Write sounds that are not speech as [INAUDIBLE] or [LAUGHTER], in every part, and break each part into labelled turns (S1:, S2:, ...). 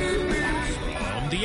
S1: From the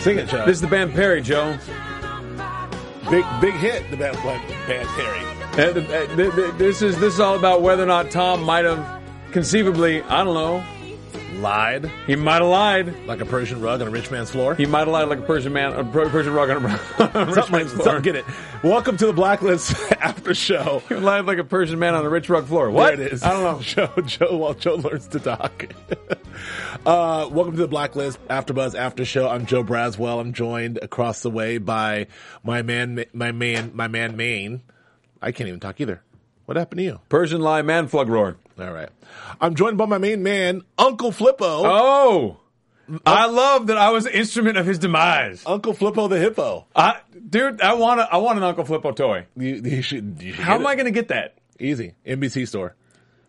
S2: Sing it, Joe.
S3: This is the band Perry, Joe.
S2: Big big hit, the Bad Black Bad Perry.
S3: Uh, th- th- th- This is this is all about whether or not Tom might have conceivably, I don't know,
S2: Lied
S3: he might have lied.
S2: like a Persian rug on a rich man's floor.
S3: He might have lied like a Persian man, a Per- Persian rug on a on [LAUGHS] a [LAUGHS] rich
S2: Something,
S3: man's
S2: something,
S3: floor.
S2: get it. Welcome to the Blacklist [LAUGHS] After
S3: [LAUGHS]
S2: Show.
S3: He lied like a Persian man on a rich rug floor. What?
S2: There it is.
S3: I don't know.
S2: [LAUGHS] Joe, Joe, while Joe learns to talk. [LAUGHS] uh, welcome to the Blacklist After Buzz After Show. I'm Joe Braswell. I'm joined across the way by my man, my man, my man, Maine. I can't even talk either. What happened to you?
S3: Persian lie, man flug roar.
S2: All right. I'm joined by my main man, Uncle Flippo.
S3: Oh, I love that I was the instrument of his demise.
S2: Uncle Flippo the Hippo.
S3: I, dude, I want a, I want an Uncle Flippo toy.
S2: You, you should. You should
S3: How
S2: get
S3: am
S2: it.
S3: I going to get that?
S2: Easy. NBC store.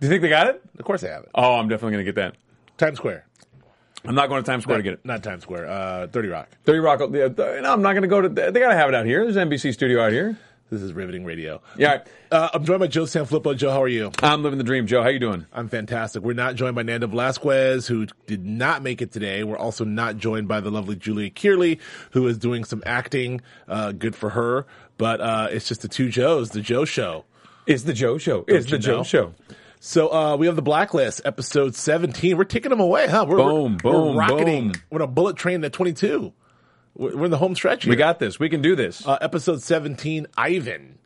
S3: Do you think they got it?
S2: Of course I have it.
S3: Oh, I'm definitely going to get that.
S2: Times Square.
S3: I'm not going to Times Square to get it.
S2: Not Times Square. Uh, 30 Rock.
S3: Thirty Rock. uh, th- No, I'm not going to go to. They got to have it out here. There's an NBC studio out here.
S2: This is riveting radio.
S3: Yeah, all right.
S2: Uh, I'm joined by Joe Sanfilippo. Joe, how are you?
S3: I'm living the dream, Joe. How you doing?
S2: I'm fantastic. We're not joined by Nanda Velasquez, who did not make it today. We're also not joined by the lovely Julia Kearley, who is doing some acting. Uh, good for her. But uh, it's just the two Joes, the Joe Show.
S3: It's the Joe Show. It's
S2: you
S3: the Joe
S2: know?
S3: Show.
S2: So uh, we have the Blacklist, episode 17. We're taking them away, huh? We're,
S3: Boom,
S2: we're,
S3: boom,
S2: we're rocketing.
S3: boom.
S2: We're on a bullet train at 22. We're, we're in the home stretch here.
S3: We got this. We can do this.
S2: uh, episode 17, Ivan,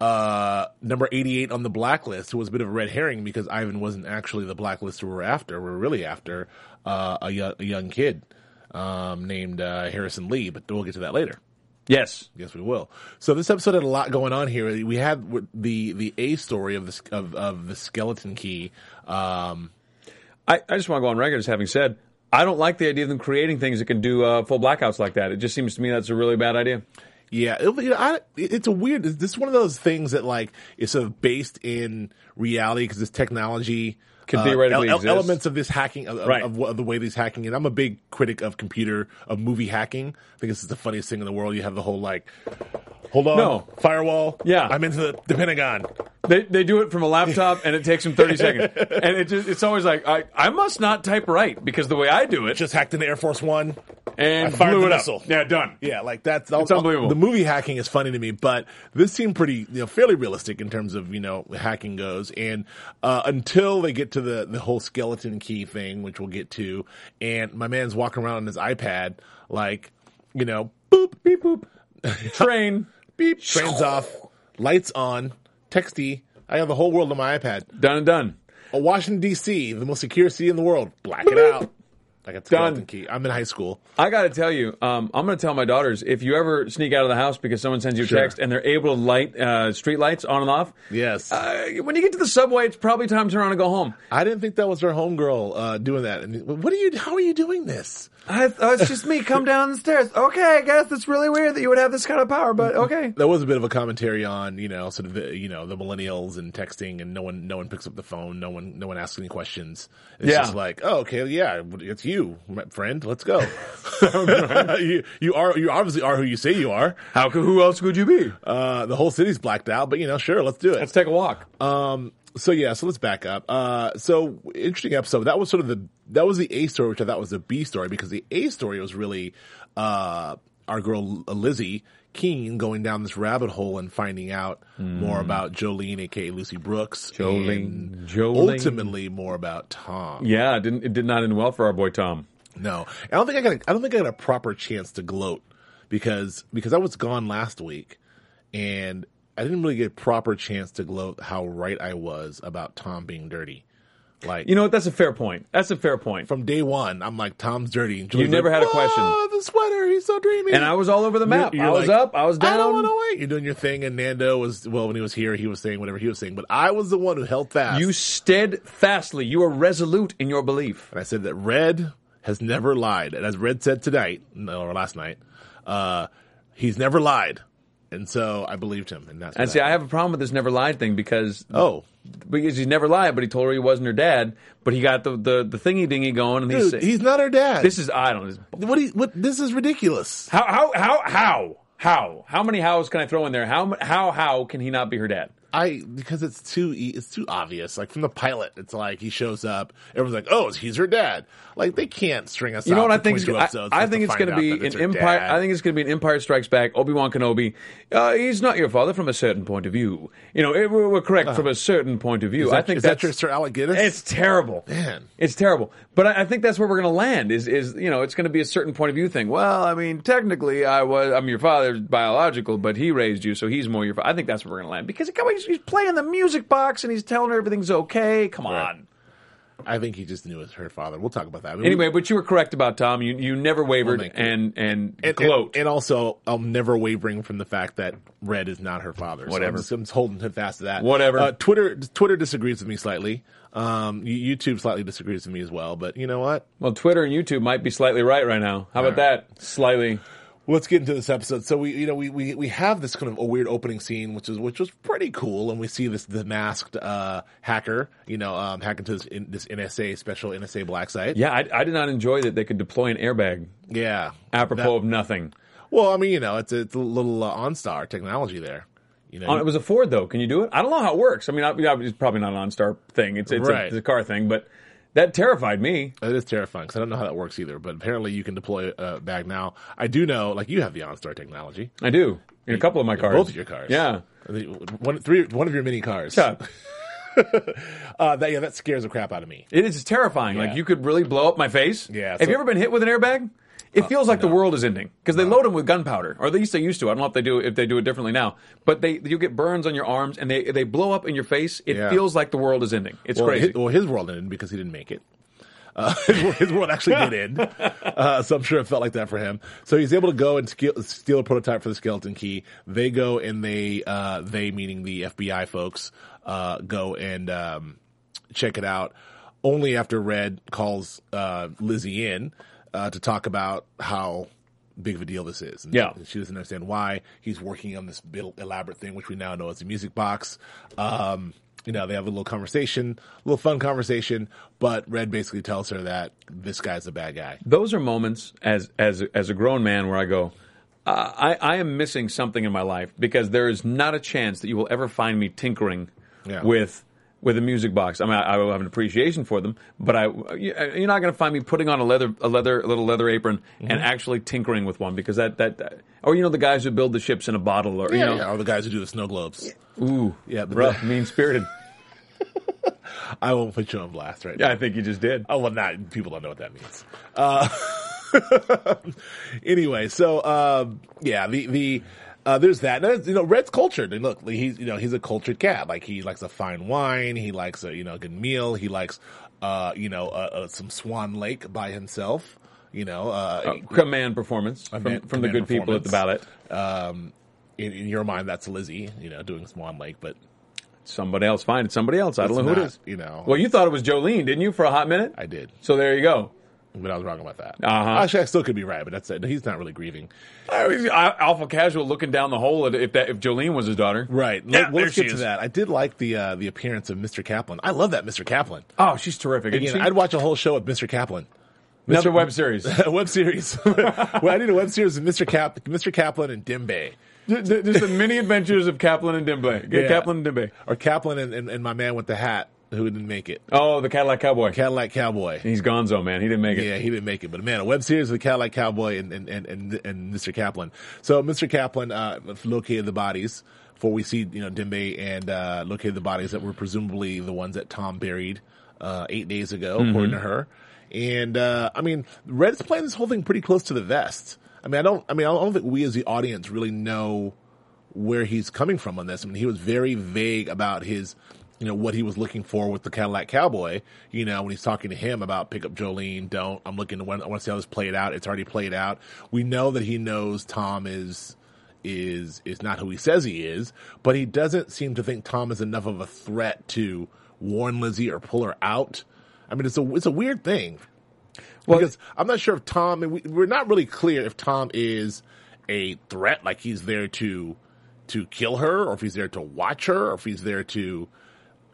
S2: uh, number 88 on the blacklist, who was a bit of a red herring because Ivan wasn't actually the blacklist we were after. We were really after uh, a, yo- a young kid um, named uh, Harrison Lee, but we'll get to that later.
S3: yes.
S2: Yes, we will. So this episode had a lot going on here. We had w- the the A story of the s- of, of the skeleton key. Um,
S3: I, I just want to go on record as having said I don't like the idea of them creating things that can do uh, full blackouts like that. It just seems to me that's a really bad idea.
S2: Yeah, it, you know, I, it- it's a weird. This is one of those things that like is sort of based in reality because this technology
S3: Could
S2: uh,
S3: theoretically exist.
S2: elements of this hacking of, of-
S3: Right.
S2: of, what- of the way these hacking. And I'm a big critic of computer of movie hacking. I think this is the funniest thing in the world. You have the whole like, hold on,
S3: No.
S2: firewall.
S3: Yeah.
S2: I'm into the, the Pentagon.
S3: They, they do it from a laptop and it takes them [LAUGHS] 30 seconds. And it just, it's always like, I, I must not type right because the way I do it
S2: Just hacked into Air Force One.
S3: and
S2: I fired
S3: blew
S2: the
S3: it
S2: missile.
S3: up. Yeah, done.
S2: Yeah, like that's
S3: It's unbelievable.
S2: The movie hacking is funny to me, but this seemed pretty, you know, fairly realistic in terms of you know hacking goes. And uh, until they get to the the whole skeleton key thing, which we'll get to, and my man's walking around on his iPad, like you know, boop
S3: Beep boop. Train.
S2: beep, trains off, lights on, texty. I have the whole world on my iPad.
S3: Done and done.
S2: Uh, Washington D.C., the most secure city in the world, black it out. Like a skeleton key. I'm in high school.
S3: I got to tell you, um, I'm going to tell my daughters if you ever sneak out of the house because someone sends you a
S2: Sure.
S3: text and they're able to light uh, street lights on and off.
S2: Yes.
S3: Uh, when you get to the subway, it's probably time to turn around and go home.
S2: I didn't think that was her homegirl uh, doing that. And what are you? How are you doing this?
S3: I, oh, it's just me. Come down the stairs. Okay, I guess it's really weird that you would have this kind of power, but okay.
S2: That was a bit of a commentary on you know sort of the, you know the millennials and texting and no one no one picks up the phone, no one no one asks any questions. It's
S3: Yeah.
S2: just like oh okay yeah it's you my friend let's go. [LAUGHS] you you are you obviously are who you say you are.
S3: How could, who else could you be?
S2: Uh, the whole city's blacked out, but you know sure let's do it.
S3: Let's take a walk.
S2: Um, so yeah, so let's back up. Uh, so interesting episode. That was sort of the that was the A story, which I thought was the B story because the A story was really uh, our girl uh, Lizzie Keen going down this rabbit hole and finding out more about Jolene, aka Lucy Brooks,
S3: Hmm. Jolene.
S2: and
S3: Jolene.
S2: ultimately more about Tom.
S3: yeah, it, didn't, it did not end well for our boy Tom.
S2: No, I don't think I got. A, I don't think I got a proper chance to gloat because because I was gone last week, and I didn't really get a proper chance to gloat how right I was about Tom being dirty. Like
S3: You know what? That's a fair point. That's a fair point.
S2: from day one, I'm like Tom's dirty. And Julie's
S3: never
S2: like,
S3: had a question.
S2: "Whoa, The sweater, he's so dreamy.
S3: And I was all over the map.
S2: You're-
S3: I
S2: you're
S3: was
S2: like,
S3: up. I was down.
S2: I don't want to wait. You're doing your thing, and Nando was well when he was here. He was saying whatever he was saying, but I was the one who held fast.
S3: You steadfastly, you are resolute in your belief.
S2: and I said that Red has never lied, and as Red said tonight no, or last night, uh, he's never lied, and so I believed him. And that's
S3: And
S2: what
S3: see, I have a problem with this never lied thing because
S2: oh,
S3: because he never lied, but he told her he wasn't her dad. But he got the the, the thingy dingy going, and he's
S2: dude, he's not her dad.
S3: this is I don't
S2: what? He, what? This is ridiculous.
S3: how how how how how how many hows can I throw in there? How m- how how can he not be her dad?
S2: I because it's too e- it's too obvious. Like from the pilot, it's like he shows up. Everyone's like, "Oh, he's her dad." Like they can't string us.
S3: You know
S2: out
S3: what I
S2: for
S3: think? Is,
S2: 22
S3: I,
S2: episodes
S3: I
S2: just
S3: think
S2: to
S3: it's
S2: find
S3: going to
S2: out
S3: be
S2: that it's
S3: an
S2: her
S3: empire.
S2: dad.
S3: I think it's going to be an Empire Strikes Back. Obi Wan Kenobi. Uh, he's not your father from a certain point of view. You know, it- we're, we're correct from a certain point of view.
S2: Uh-huh. Is that,
S3: I think
S2: is
S3: that's
S2: that your Sir Alec Guinness?
S3: It's terrible.
S2: Man.
S3: It's terrible. But I, I think that's where we're going to land. Is is you know it's going to be a certain point of view thing. Well, I mean, technically, I was I'm your father's biological, but he raised you, so he's more your. fa- I think that's where we're going to land because come on, he's, he's playing the music box and he's telling her everything's okay. Come on.
S2: Right. I think he just knew it was her father. We'll talk about that. I mean,
S3: Anyway, but you were correct about Tom. You you never wavered
S2: thank you.
S3: and, and
S2: we- and,
S3: gloat.
S2: and, and also, I'm never wavering from the fact that Red is not her father. So
S3: Whatever.
S2: I'm, just, I'm just holding fast to that.
S3: Whatever.
S2: Uh, Twitter Twitter disagrees with me slightly. Um, you- YouTube slightly disagrees with me as well. But you know what?
S3: well, Twitter and YouTube might be slightly right right now. How about that? Slightly.
S2: Well, let's get into this episode. So we, you know, we, we, we have this kind of a weird opening scene, which is which was pretty cool, and we see this the masked uh, hacker, you know, um, hack into this, in, this NSA special NSA black site.
S3: Yeah, I, I did not enjoy that they could deploy an airbag
S2: yeah.
S3: apropos
S2: That-
S3: of nothing.
S2: well, I mean, you know, it's it's a little uh, OnStar technology there. You know,
S3: Oh, it was a Ford though. Can you do it? I don't know how it works. I mean, I, yeah, it's probably not an OnStar thing. It's it's,
S2: Right.
S3: a, it's a car thing, but that terrified me.
S2: It is terrifying because I don't know how that works either. But apparently, you can deploy a bag now. I do know, like you have the OnStar technology,
S3: I do in a couple of my cars.
S2: both of your cars.
S3: Yeah.
S2: one three one of your mini cars.
S3: Yeah.
S2: [LAUGHS] Uh, that yeah, that scares the crap out of me.
S3: It is terrifying. Like
S2: Yeah.
S3: you could really blow up my face.
S2: Yeah, Oh,
S3: Have
S2: so-
S3: you ever been hit with an airbag? It feels like the world is ending because they load them with gunpowder, or at least they used to. I don't know if they do if they do it differently now. But they you get burns on your arms and they they blow up in your face. It
S2: Yeah.
S3: feels like the world is ending. It's
S2: well,
S3: crazy.
S2: His, well, his world ended because he didn't make it. Uh, [LAUGHS] his, world- his world actually did end,
S3: [LAUGHS]
S2: uh, so I'm sure it felt like that for him. So he's able to go and ske- steal a prototype for the skeleton key. They go and they uh, they meaning the FBI folks uh, go and um, check it out. Only after Red calls uh, Lizzie in uh, to talk about how big of a deal this is. And
S3: Yeah.
S2: she doesn't understand why he's working on this big elaborate thing, which we now know is a music box. Um, you know, they have a little conversation, a little fun conversation, but Red basically tells her that this guy's a bad guy.
S3: those are moments as as as a grown man where I go, uh, I I am missing something in my life because there is not a chance that you will ever find me tinkering
S2: Yeah.
S3: with with a music box. I mean, I, I will have an appreciation for them, but I you- uh, you're not going to find me putting on a leather a leather a little leather apron
S2: Mm-hmm.
S3: and actually tinkering with one because that that. that or you know the guys who build the ships in a bottle, or you know,
S2: all the guys who do the snow globes.
S3: ooh,
S2: Yeah, but
S3: rough, mean
S2: [LAUGHS]
S3: spirited.
S2: I won't put you on blast right now.
S3: Yeah, I think you just did.
S2: Oh well, not people don't know what that means. Uh, [LAUGHS] anyway, so uh, yeah, the the uh, there's that. And, you know, Red's cultured, and look, he's you know he's a cultured cat. Like he likes a fine wine, he likes a you know a good meal, he likes uh, you know uh, uh, some Swan Lake by himself. You know, uh,
S3: Uh, command performance from,
S2: man-
S3: from the
S2: command
S3: good people at the ballot.
S2: performance. um, in, in your mind, that's Lizzie, you know, doing Swan Lake, but
S3: Somebody else. Find it. Somebody else. I don't
S2: It's
S3: know who it
S2: not,
S3: is.
S2: you know.
S3: Well, you thought it was Jolene, didn't you, for a hot minute?
S2: I did.
S3: So there you go.
S2: But I was wrong about that.
S3: Uh-huh.
S2: Actually, I still could be right, but that's it. He's not really grieving.
S3: I was I- alpha casual looking down the hole at if that if Jolene was his daughter.
S2: Right.
S3: Yeah,
S2: Let, well, let's
S3: there
S2: get
S3: she
S2: to
S3: is.
S2: that. I did like the uh, the appearance of Mr. Kaplan. I love that Mr. Kaplan.
S3: Oh, she's terrific.
S2: Again,
S3: Again,
S2: I'd watch a whole show with Mr. Kaplan. [LAUGHS]
S3: Another web series.
S2: a web series. [LAUGHS] well, I did a web series with Mr. Cap, Mr. Kaplan and Dimbe.
S3: Just the mini adventures of Kaplan and Dimble.
S2: Yeah.
S3: Kaplan and Dimble.
S2: Or Kaplan and, and, and my man with the hat who didn't make it.
S3: Oh, the Cadillac Cowboy.
S2: Cadillac Cowboy.
S3: He's Gonzo, man. He didn't make it.
S2: Yeah, he didn't make it. But man, a web series with Cadillac Cowboy and and and and, and Mr. Kaplan. So Mr. Kaplan uh, located the bodies. Before we see, you know, Dimbe and uh, located the bodies that were presumably the ones that Tom buried uh, eight days ago,
S3: Mm-hmm.
S2: according to her. And uh, I mean, Red's playing this whole thing pretty close to the vest. I mean, I don't. I mean, I don't think we as the audience really know where he's coming from on this. I mean, he was very vague about his you know, what he was looking for with the Cadillac Cowboy, you know, when he's talking to him about pick up Jolene, don't, I'm looking to, I want to see how this played out. It's already played out. We know that he knows Tom is, is, is not who he says he is, but he doesn't seem to think Tom is enough of a threat to warn Lizzie or pull her out. I mean, it's a, it's a weird thing
S3: Well-
S2: because I'm not sure if Tom, and we, we're not really clear if Tom is a threat, like he's there to, to kill her or if he's there to watch her or if he's there to,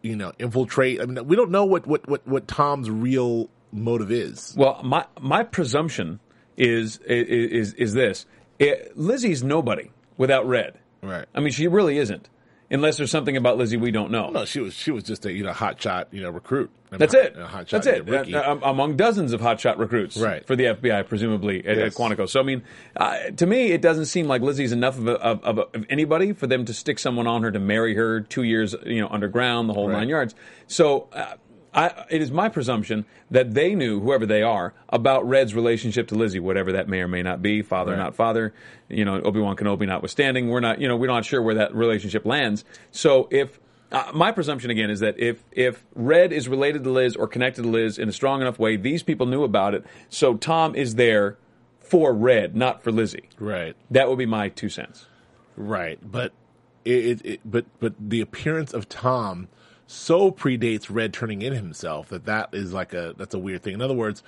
S2: you know, infiltrate. I mean, we don't know what, what, what, what Tom's real motive is.
S3: Well, my my presumption is is is this: it, Lizzie's nobody without Red.
S2: Right.
S3: I mean, she really isn't, unless there's something about Lizzie we don't know.
S2: No, she was, she was just a, you know, hot shot, you know, recruit. I mean,
S3: That's
S2: hot-
S3: it.
S2: a hot shot,
S3: That's it.
S2: you know, rookie.
S3: Uh, um, among dozens of hotshot recruits
S2: Right.
S3: for the FBI, presumably at, at
S2: Yes.
S3: Quantico. So, I mean, uh, to me, it doesn't seem like Lizzie's enough of, a, of, of, of anybody for them to stick someone on her to marry her two years, you know, underground, the whole
S2: Right.
S3: nine yards. So, uh, I, it is my presumption that they knew whoever they are about Red's relationship to Lizzie, whatever that may or may not be, father
S2: Right.
S3: not father, you know, Obi Wan Kenobi notwithstanding. We're not, you know, we're not sure where that relationship lands. So if uh, my presumption again is that if if Red is related to Liz or connected to Liz in a strong enough way, these people knew about it. So Tom is there for Red, not for Lizzie.
S2: right.
S3: That would be my two cents.
S2: Right, but it, it, it but but the appearance of Tom so predates Red turning in himself that that is like a that's a weird thing. In other words,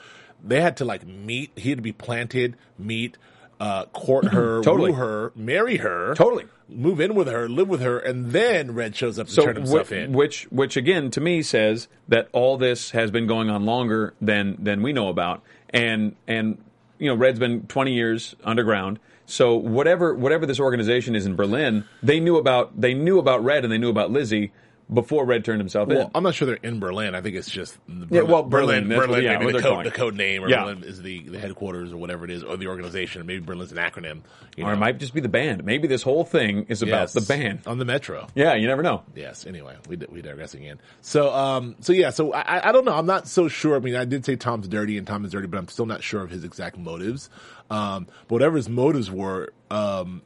S2: they had to like meet. He had to be planted, meet, uh,
S3: [CLEARS THROAT]
S2: court her,
S3: Totally.
S2: woo her, marry her,
S3: Totally.
S2: move in with her, live with her, and then Red shows up to
S3: So
S2: turn himself
S3: whi-
S2: in.
S3: which which again to me says that all this has been going on longer than than we know about, and and you know Red's been 20 years underground. So whatever whatever this organization is in Berlin, they knew about they knew about Red and they knew about Lizzie before Red turned himself
S2: well, uh,
S3: in.
S2: I'm not sure they're in Berlin. I think it's just Berlin,
S3: well, Berlin, that's what-
S2: Berlin,
S3: yeah, what
S2: maybe the
S3: they're
S2: code,
S3: calling
S2: the
S3: it.
S2: code name, or
S3: Yeah.
S2: Berlin is the, the headquarters, or whatever it is, or the organization. Maybe Berlin's an acronym. you
S3: or it
S2: know.
S3: might just be the band. Maybe this whole thing is about
S2: Yes.
S3: the band.
S2: on the metro.
S3: Yeah, you never know.
S2: Yes. Anyway, we di- we digress again. So um, so yeah. So I I- I don't know. I'm not so sure. I mean, I did say Tom's dirty and Tom is dirty, but I'm still not sure of his exact motives. Um, but whatever his motives were, um,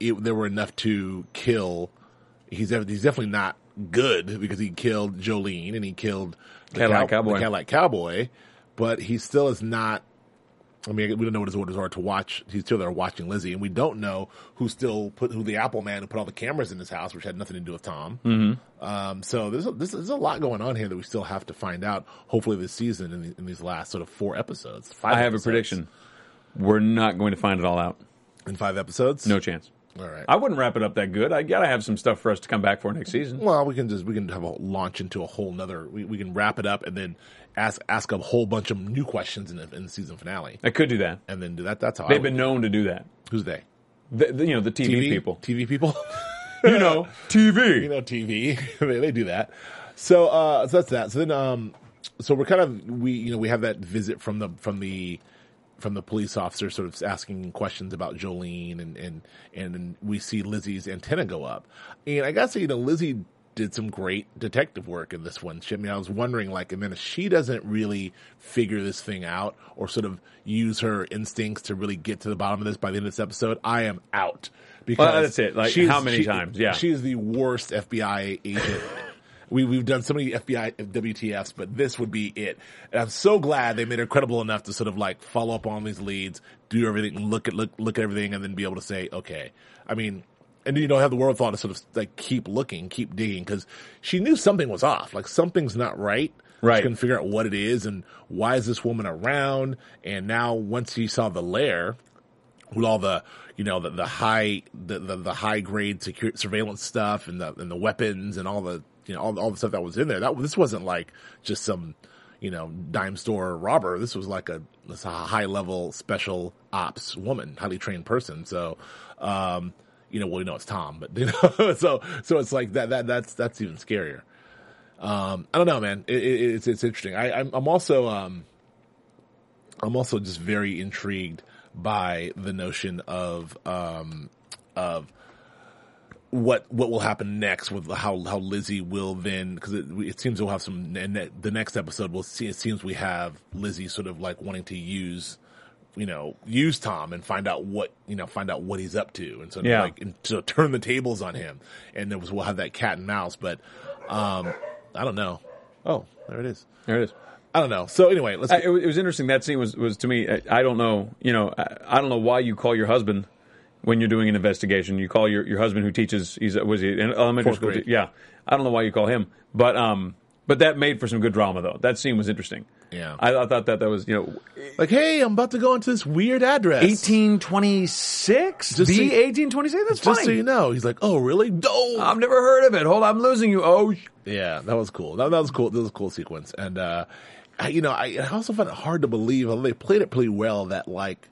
S2: it, there were enough to kill. He's def- he's definitely not good because he killed Jolene and he killed the
S3: Cadillac
S2: cow-
S3: Cowboy.
S2: The Cadillac Cowboy, but he still is not I mean, we don't know what his orders are to watch. He's still there watching Lizzie, and we don't know who still put who the Apple Man who put all the cameras in his house, which had nothing to do with Tom. Mm-hmm. Um, so there's a, this, there's a lot going on here that we still have to find out. Hopefully, this season in, the, in these last sort of four episodes. Five
S3: I have a
S2: episodes.
S3: prediction. We're not going to find it all out.
S2: in five episodes.
S3: No chance.
S2: all right.
S3: I wouldn't wrap it up that good. I gotta have some stuff for us to come back for next season.
S2: well, we can just we can have a launch into a whole nother. We, we can wrap it up and then ask ask a whole bunch of new questions in the, in the season finale,
S3: I could do that.
S2: and then do that. That's how I
S3: They've
S2: would-
S3: been known to do that.
S2: Who's they?
S3: The, the- you know, the TV, people.
S2: TV people.
S3: You
S2: [LAUGHS]
S3: know, TV.
S2: you know TV. [LAUGHS] they, they do that. So uh so that's that. So then um so we're kind of we you know we have that visit from the from the from the police officer sort of asking questions about Jolene and and and then we see Lizzie's antenna go up. And I got to say you know Lizzie did some great detective work in this one. She, I mean, I was wondering, like, and then if she doesn't really figure this thing out or sort of use her instincts to really get to the bottom of this by the end of this episode, I am out. Because
S3: that's it. Like,
S2: she's-
S3: how many
S2: she-
S3: times? Yeah.
S2: she is the worst FBI
S3: [LAUGHS]
S2: agent. we, we've done so many FBI WTFs, but this would be it. And I'm so glad they made her credible enough to sort of like follow up on these leads, do everything, look at look look at everything, and then be able to say, okay. I mean, and you don't have the wherewithal to sort of like keep looking, keep digging, because she knew something was off. Like something's not right.
S3: Right.
S2: She couldn't figure out what it is and why is this woman around? And now once she saw the lair, with all the you know the, the high the, the, the high grade secure surveillance stuff and the and the weapons and all the you know all, all the stuff that was in there that this wasn't like just some you know dime store robber this was like a, this a high level special ops woman highly trained person so um you know well we know it's tom but [LAUGHS] you know so so it's like that that that's that's even scarier um i don't know man it, it, it's it's interesting i i'm, I'm also um I'm also just very intrigued by the notion of um, of what what will happen next with how how Lizzie will then because it, it seems we'll have some and that- the next episode we'll see it seems we have Lizzie sort of like wanting to use you know use Tom and find out what you know find out what he's up to and so
S3: Yeah.
S2: like and to turn the tables on him and there was we'll have that cat and mouse but um I don't know. Oh, there it is.
S3: There it is.
S2: I don't know. So anyway, let's.
S3: I, it, was, it was interesting. That scene was, was to me. I, I don't know. You know, I, I don't know why you call your husband when you're doing an investigation. You call your, your husband who teaches. He's a- was he an elementary
S2: Fourth
S3: school?
S2: grade.
S3: te- yeah, I don't know why you call him, but um, but that made for some good drama though. That scene was interesting.
S2: Yeah.
S3: I, I thought that that was you know
S2: like, hey, I'm about to go into this weird address.
S3: 1826
S2: Just so
S3: B
S2: you-
S3: 1826. That's
S2: Just
S3: funny.
S2: so you know, he's like, oh, really? No.
S3: I've never heard of it. Hold on, I'm losing you. Oh, sh-
S2: Yeah, that was cool. That, that was cool. That was a cool sequence. And, uh, I, you know, I, I also found it hard to believe, although they played it pretty well, that like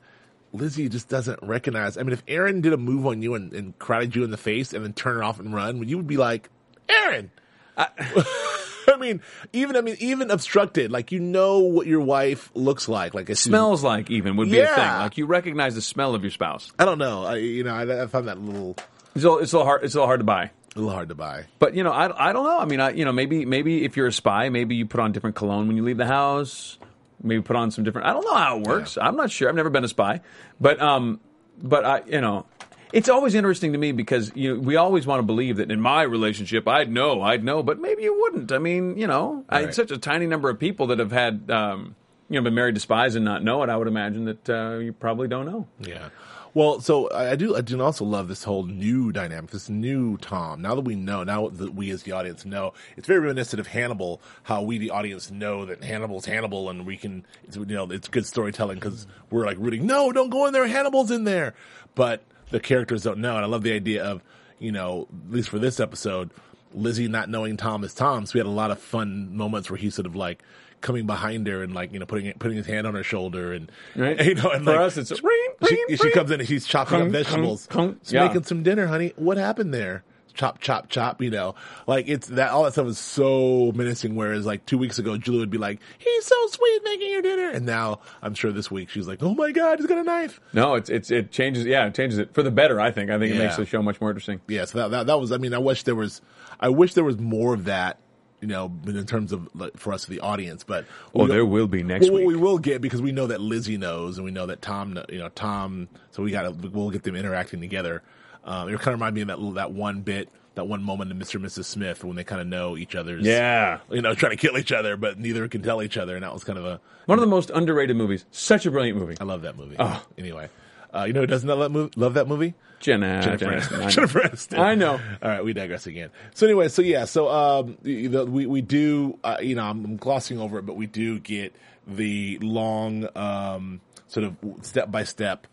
S2: Lizzie just doesn't recognize. I mean, if Aaron did a move on you and, and crowded you in the face and then turned off and run, you would be like, Aaron! [LAUGHS] I, mean, even, I mean, even obstructed, like, you know what your wife looks like. Like, if she's-
S3: smells like even would be a thing.
S2: Yeah.
S3: Like you recognize the smell of your spouse.
S2: I don't know. I, you know, I, I found that a little,
S3: It's all it's all hard. It's all hard to buy.
S2: a little hard to buy.
S3: But you know, I, I don't know. I mean, I, you know, maybe maybe if you're a spy, maybe you put on different cologne when you leave the house. Maybe put on some different. I don't know how it works. I'm not sure. I've never been a spy, but um, but I, you know, it's always interesting to me because you we always want to believe that in my relationship I'd know, I'd know, but maybe you wouldn't. I mean, you know, I,
S2: Right.
S3: it's such a tiny number of people that have had um, you know, been married to spies and not know it. I would imagine that uh, you probably don't know.
S2: Yeah. Well, so I I do. I do also love this whole new dynamic, this new Tom. Now that we know, now that we as the audience know, it's very reminiscent of Hannibal. How we, the audience, know that Hannibal's Hannibal, and we can, it's, you know, it's good storytelling because we're like rooting. No, don't go in there. Hannibal's in there, but the characters don't know. And I love the idea of, you know, at least for this episode, Lizzie not knowing Tom is Tom. So we had a lot of fun moments where he's sort of like coming behind her and like you know putting putting his hand on her shoulder and
S3: Right.
S2: [LAUGHS] you know and
S3: For
S2: like,
S3: us, it's-
S2: she, she comes in and she's chopping up
S3: Kung,
S2: vegetables.
S3: kung, kung.
S2: She's
S3: Yeah.
S2: making some dinner, honey. What happened there? Chop, chop, chop. You know, like it's that all that stuff is so menacing. Whereas like two weeks ago, Julie would be like, "He's so sweet making your dinner," and now I'm sure this week she's like, "Oh my god, he's got a knife."
S3: No, it's it's it changes. Yeah, it changes it for the better. I think. I think it
S2: Yeah.
S3: makes the show much more interesting.
S2: Yeah, so that, that that was. I mean, I wish there was. I wish there was more of that. You know, in terms of like, for us, the audience, but
S3: Well,
S2: we-
S3: Oh, there will be next
S2: Well,
S3: week.
S2: we will get because we know that Lizzie knows, and we know that Tom, kn- you know, Tom. So we got to we'll get them interacting together. Um, it kind of reminded me of that little- that one bit, that one moment in Mr. and Mrs. Smith when they kind of know each other's,
S3: Yeah.
S2: you know, trying to kill each other, but neither can tell each other, and that was kind of a.
S3: One of the most underrated movies. Such a brilliant movie.
S2: I love that movie.
S3: Oh.
S2: Anyway, uh, you know who doesn't love that movie? Love that movie?
S3: Jenna.
S2: Jennifer
S3: Jenna-
S2: [LAUGHS] Aniston.
S3: I know.
S2: Jennifer Aniston.
S3: I know.
S2: All right, we digress again. So anyway, so yeah, so um, the, the, we we do uh, you know I'm, I'm glossing over it, but we do get the long um sort of step by step,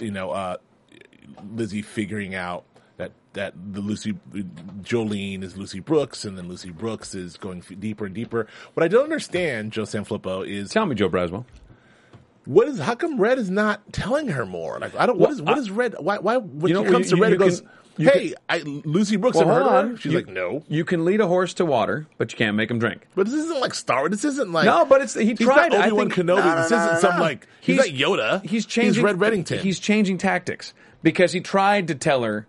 S2: you know, uh, Lizzie figuring out that that the Lucy Jolene is Lucy Brooks, and then Lucy Brooks is going f- deeper and deeper. What I don't understand, Joe Sanfilippo, is
S3: Tell me, Joe Braswell.
S2: what is how come Red is not telling her more? Like I don't what is what
S3: I-
S2: is Red why why when
S3: know,
S2: she comes
S3: you-
S2: to Red
S3: you
S2: and goes,
S3: can- you
S2: Hey, I Lucy Brooks have heard of her? She's
S3: You-
S2: like, No.
S3: You can lead a horse to water, but you can't make him drink.
S2: But this isn't like Star Wars. This isn't like
S3: No, but it's he
S2: he's
S3: tried.
S2: not
S3: I
S2: Obi Wan
S3: think-
S2: Kenobi.
S3: No, no,
S2: this
S3: no,
S2: isn't
S3: no,
S2: some
S3: no.
S2: like he's, not Yoda.
S3: He's changing.
S2: He's Red Reddington.
S3: He's changing tactics because he tried to tell her,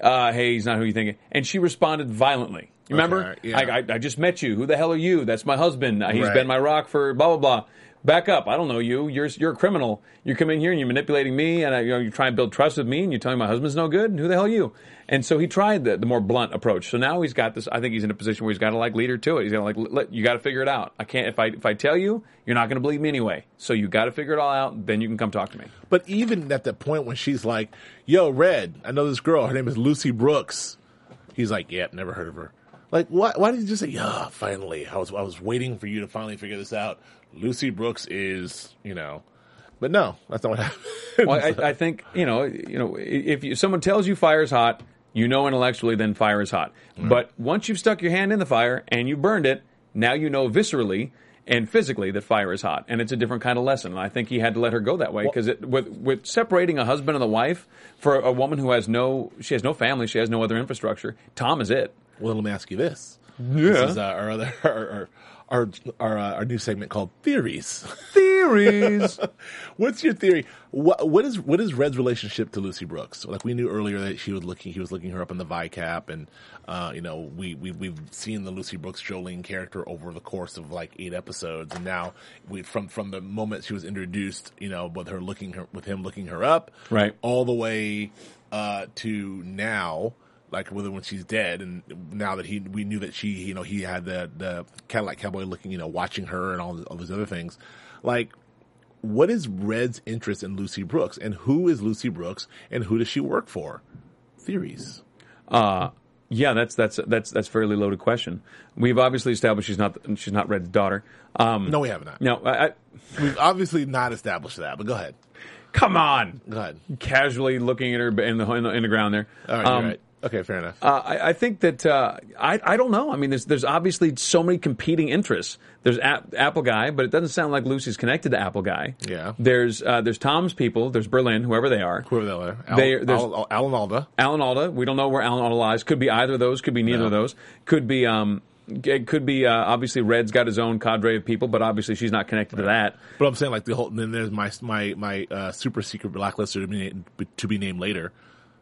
S3: uh, "Hey, he's not who you think," and she responded violently. You Remember,
S2: Okay, yeah.
S3: I, I, I just met you. Who the hell are you? That's my husband. Uh, He's
S2: Right.
S3: been my rock for blah blah blah. Back up! I don't know you. You're you're a criminal. You come in here and you're manipulating me, and I, you, know, you try and build trust with me, and you're telling me my husband's no good. And who the hell are you? And so he tried the, the more blunt approach. So now he's got this. I think he's in a position where he's got to like lead her to it. He's gonna like let, you got to figure it out. I can't if I if I tell you, you're not gonna believe me anyway. So you got to figure it all out. Then you can come talk to me.
S2: But even at the point when she's like, "Yo, Red, I know this girl. Her name is Lucy Brooks." He's like, "Yep, never heard of her." Like, why? Why did you just say, "Yeah, finally"? I was I was waiting for you to finally figure this out. Lucy Brooks is, you know, but no, that's not what happened. [LAUGHS]
S3: Well, I, I think you know, you know, i- if you, someone tells you fire is hot, you know intellectually then fire is hot. But once you've stuck your hand in the fire and you burned it, now you know viscerally and physically that fire is hot, and it's a different kind of lesson. And I think he had to let her go that way because with with separating a husband and a wife for a woman who has no, she has no family, she has no other infrastructure. Tom is it.
S2: well, let me ask you this. This is uh, our other [LAUGHS] our our our, uh, our new segment called theories.
S3: Theories.
S2: [LAUGHS] What's your theory? What what is what is Red's relationship to Lucy Brooks? Like we knew earlier that she was looking, he was looking her up in the ViCap, and uh, you know we we we've seen the Lucy Brooks Jolene character over the course of like eight episodes, and now we from from the moment she was introduced, you know, with her looking her with him looking her up,
S3: Right.
S2: all the way uh, to now. like with her when she's dead, and now that he we knew that she you know he had the the Cadillac cowboy looking you know watching her and all all these other things, like what is Red's interest in Lucy Brooks and who is Lucy Brooks and who does she work for? Theories.
S3: Uh, yeah, that's that's that's that's a fairly loaded question. We've obviously established she's not she's not Red's daughter. Um,
S2: No, we have not.
S3: no, I, I,
S2: We've obviously not established that, but go ahead.
S3: come on.
S2: Go ahead.
S3: Casually looking at her in the in the, in the ground there.
S2: All right, you're
S3: Um,
S2: right. Okay, fair enough.
S3: Uh, I, I think that uh, I I don't know. I mean, there's there's obviously so many competing interests. There's a- Apple Guy, but it doesn't sound like Lucy's connected to Apple Guy.
S2: Yeah.
S3: There's uh, there's Tom's people. There's Berlin, whoever they are.
S2: Whoever they are. Al,
S3: they- there's-
S2: Al, Al, Alan Alda.
S3: Alan Alda. We don't know where Alan Alda lies. Could be either of those. Could be neither of those. Could be um. It could be uh, obviously Red's got his own cadre of people, but obviously she's not connected to that.
S2: But I'm saying like the whole. Then there's my my my uh, super secret blacklister to be, na- to be named later.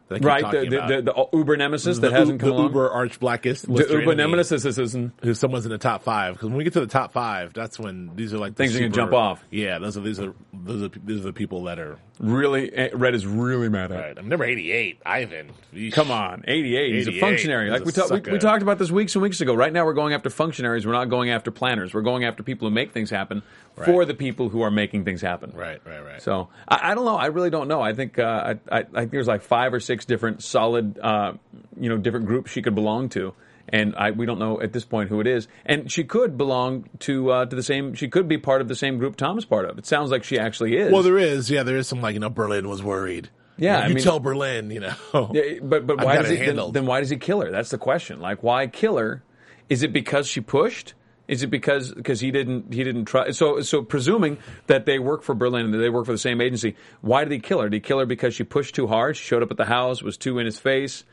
S2: that I keep
S3: Right, the,
S2: talking about.
S3: the, the, the Uber nemesis that
S2: The
S3: hasn't come
S2: u- the
S3: along.
S2: Uber arch blackest.
S3: the
S2: lister
S3: Uber
S2: enemy,
S3: nemesis is- is- is-
S2: Who someone's in the top five? Because when we get to the top five, that's when these are like the
S3: Things are gonna
S2: super-
S3: jump off.
S2: Yeah, those are these are those are these are the people that are.
S3: really eh, Red is really mad at.
S2: Right. I'm number 88, Ivan. Yeesh.
S3: Come on, 88. He's a
S2: 88.
S3: functionary.
S2: He's
S3: Like
S2: a
S3: we, ta- we,
S2: sucker.
S3: we talked about this weeks and weeks ago. Right now, we're going after functionaries. We're not going after planners. We're going after people who make things happen for
S2: Right.
S3: the people who are making things happen.
S2: Right, right, right.
S3: So I, I don't know. I really don't know. I think uh, I, I, I think there's like five or six different solid, uh, you know, different groups she could belong to, and I we don't know at this point who it is. And she could belong to uh, to the same. She could be part of the same group Tom's part of. It sounds like she actually is.
S2: well, there is. Yeah, there is some like you know Berlin was worried.
S3: Yeah,
S2: you, know,
S3: I
S2: you
S3: mean-
S2: tell Berlin, you know.
S3: Yeah, but but
S2: I've
S3: why
S2: got
S3: does
S2: it
S3: he then,
S2: handled.
S3: then why does he kill her? That's the question. Like why kill her? Is it because she pushed? Is it because because he didn't he didn't try? So so presuming that they work for Berlin and that they work for the same agency, why did he kill her? Did he kill her because she pushed too hard? She showed up at the house, was too in his face.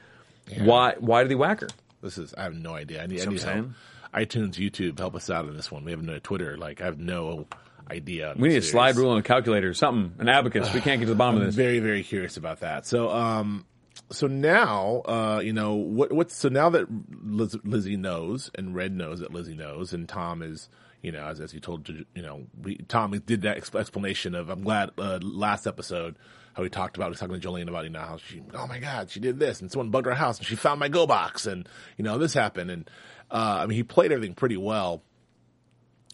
S3: Why why did he whack her?
S2: This is I have no idea. I need, I
S3: what
S2: need
S3: I'm
S2: help.
S3: saying.
S2: iTunes, YouTube, help us out on this one. We have no Twitter. Like I have no idea. on
S3: We
S2: this
S3: need a slide
S2: series.
S3: rule and a calculator, something, an abacus. We can't get to the bottom of this.
S2: Very very curious about that. So um, so now uh, you know what what's so now that Liz, Lizzie knows and Red knows that Lizzie knows and Tom is. You know, as as you told, you know, we, Tom did that ex- explanation of I'm glad uh, last episode how we talked about I was talking to Jolene about you know how she oh my god she did this and someone bugged her house and she found my go box and you know this happened and uh, I mean he played everything pretty well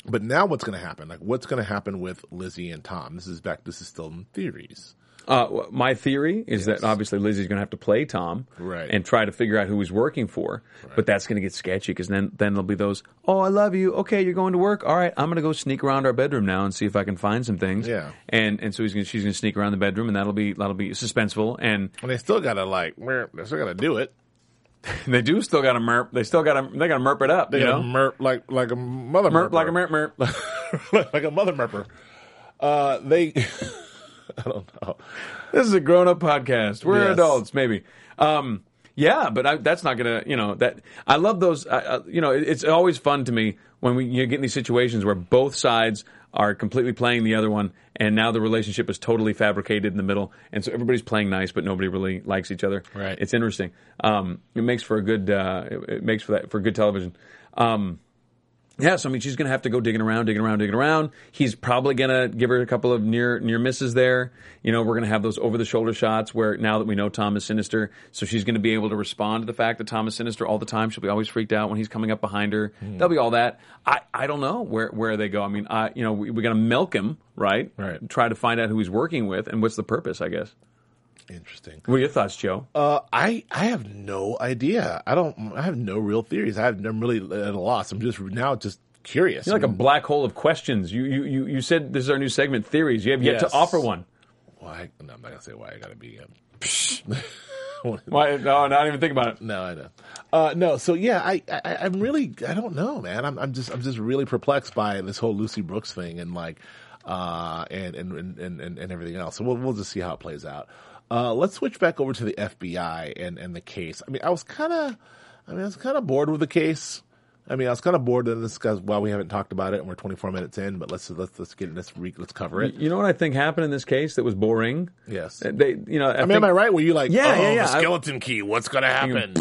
S2: but now what's going to happen? Like, what's going to happen with Lizzie and Tom? This is back. This is still in theories.
S3: Uh, w- my theory is that obviously Lizzie's going to have to play Tom
S2: Right.
S3: and try to figure out who he's working for, but that's going to get sketchy because then then there'll be those, oh, I love you. Okay, you're going to work. All right, I'm going to go sneak around our bedroom now and see if I can find some things.
S2: Yeah.
S3: and and so he's gonna, she's going to sneak around the bedroom, and that'll be that'll be suspenseful. And [LAUGHS]
S2: And they still got to like, merp, they still got to do it.
S3: they do still got to merp. They still got to they got to merp it up.
S2: They
S3: you
S2: got
S3: know,
S2: to merp like like a mother
S3: merp like a merp
S2: merper.
S3: merp.
S2: [LAUGHS] like a mother merper. Uh, they, [LAUGHS] I don't know.
S3: this is a grown up podcast. We're
S2: Yes.
S3: adults, maybe. Um, yeah, but I, that's not gonna, you know, that I love those. I, I, you know, it, it's always fun to me when we you get in these situations where both sides are completely playing the other one, and now the relationship is totally fabricated in the middle, and so everybody's playing nice, but nobody really likes each other.
S2: Right.
S3: It's interesting. Um, it makes for a good. Uh, it, it makes for that for good television. Um, yeah, so I mean, she's going to have to go digging around, digging around, digging around. He's probably going to give her a couple of near near misses there. You know, we're going to have those over the shoulder shots where now that we know Tom is sinister, so she's going to be able to respond to the fact that Tom is sinister all the time. She'll be always freaked out when he's coming up behind her. There'll be all that. I, I don't know where where they go. I mean, I you know we, we're going to milk him, right?
S2: Right.
S3: Try to find out who he's working with and what's the purpose. I guess.
S2: Interesting.
S3: What are your thoughts, Joe?
S2: Uh, I I have no idea. I don't. I have no real theories. I have, I'm really at a loss. I'm just now just curious.
S3: You're like a black hole of questions. You you you, you said this is our new segment, theories. You have yet
S2: Yes.
S3: to offer one.
S2: why? No, I'm not gonna say why. I got to [LAUGHS] be. Um,
S3: Why? No, not even think about it.
S2: No, I know. Uh, no, so yeah, I, I, I'm really, I don't know, man. I'm, I'm just, I'm just really perplexed by this whole Lucy Brooks thing and like, uh, and, and, and, and, and, and everything else. So we'll, we'll just see how it plays out. Uh, let's switch back over to the FBI and, and the case. I mean, I was kind of, I mean, I was kind of bored with the case. I mean, I was kind of bored in this because well, we haven't talked about it, and we're 24 minutes in, but let's let's let's get let's re- let's cover it.
S3: You know what I think happened in this case that was boring?
S2: Yes.
S3: Uh, They, you know, I,
S2: I mean, am I right? Were you like,
S3: Yeah,
S2: oh,
S3: yeah, yeah.
S2: the skeleton key? What's gonna happen?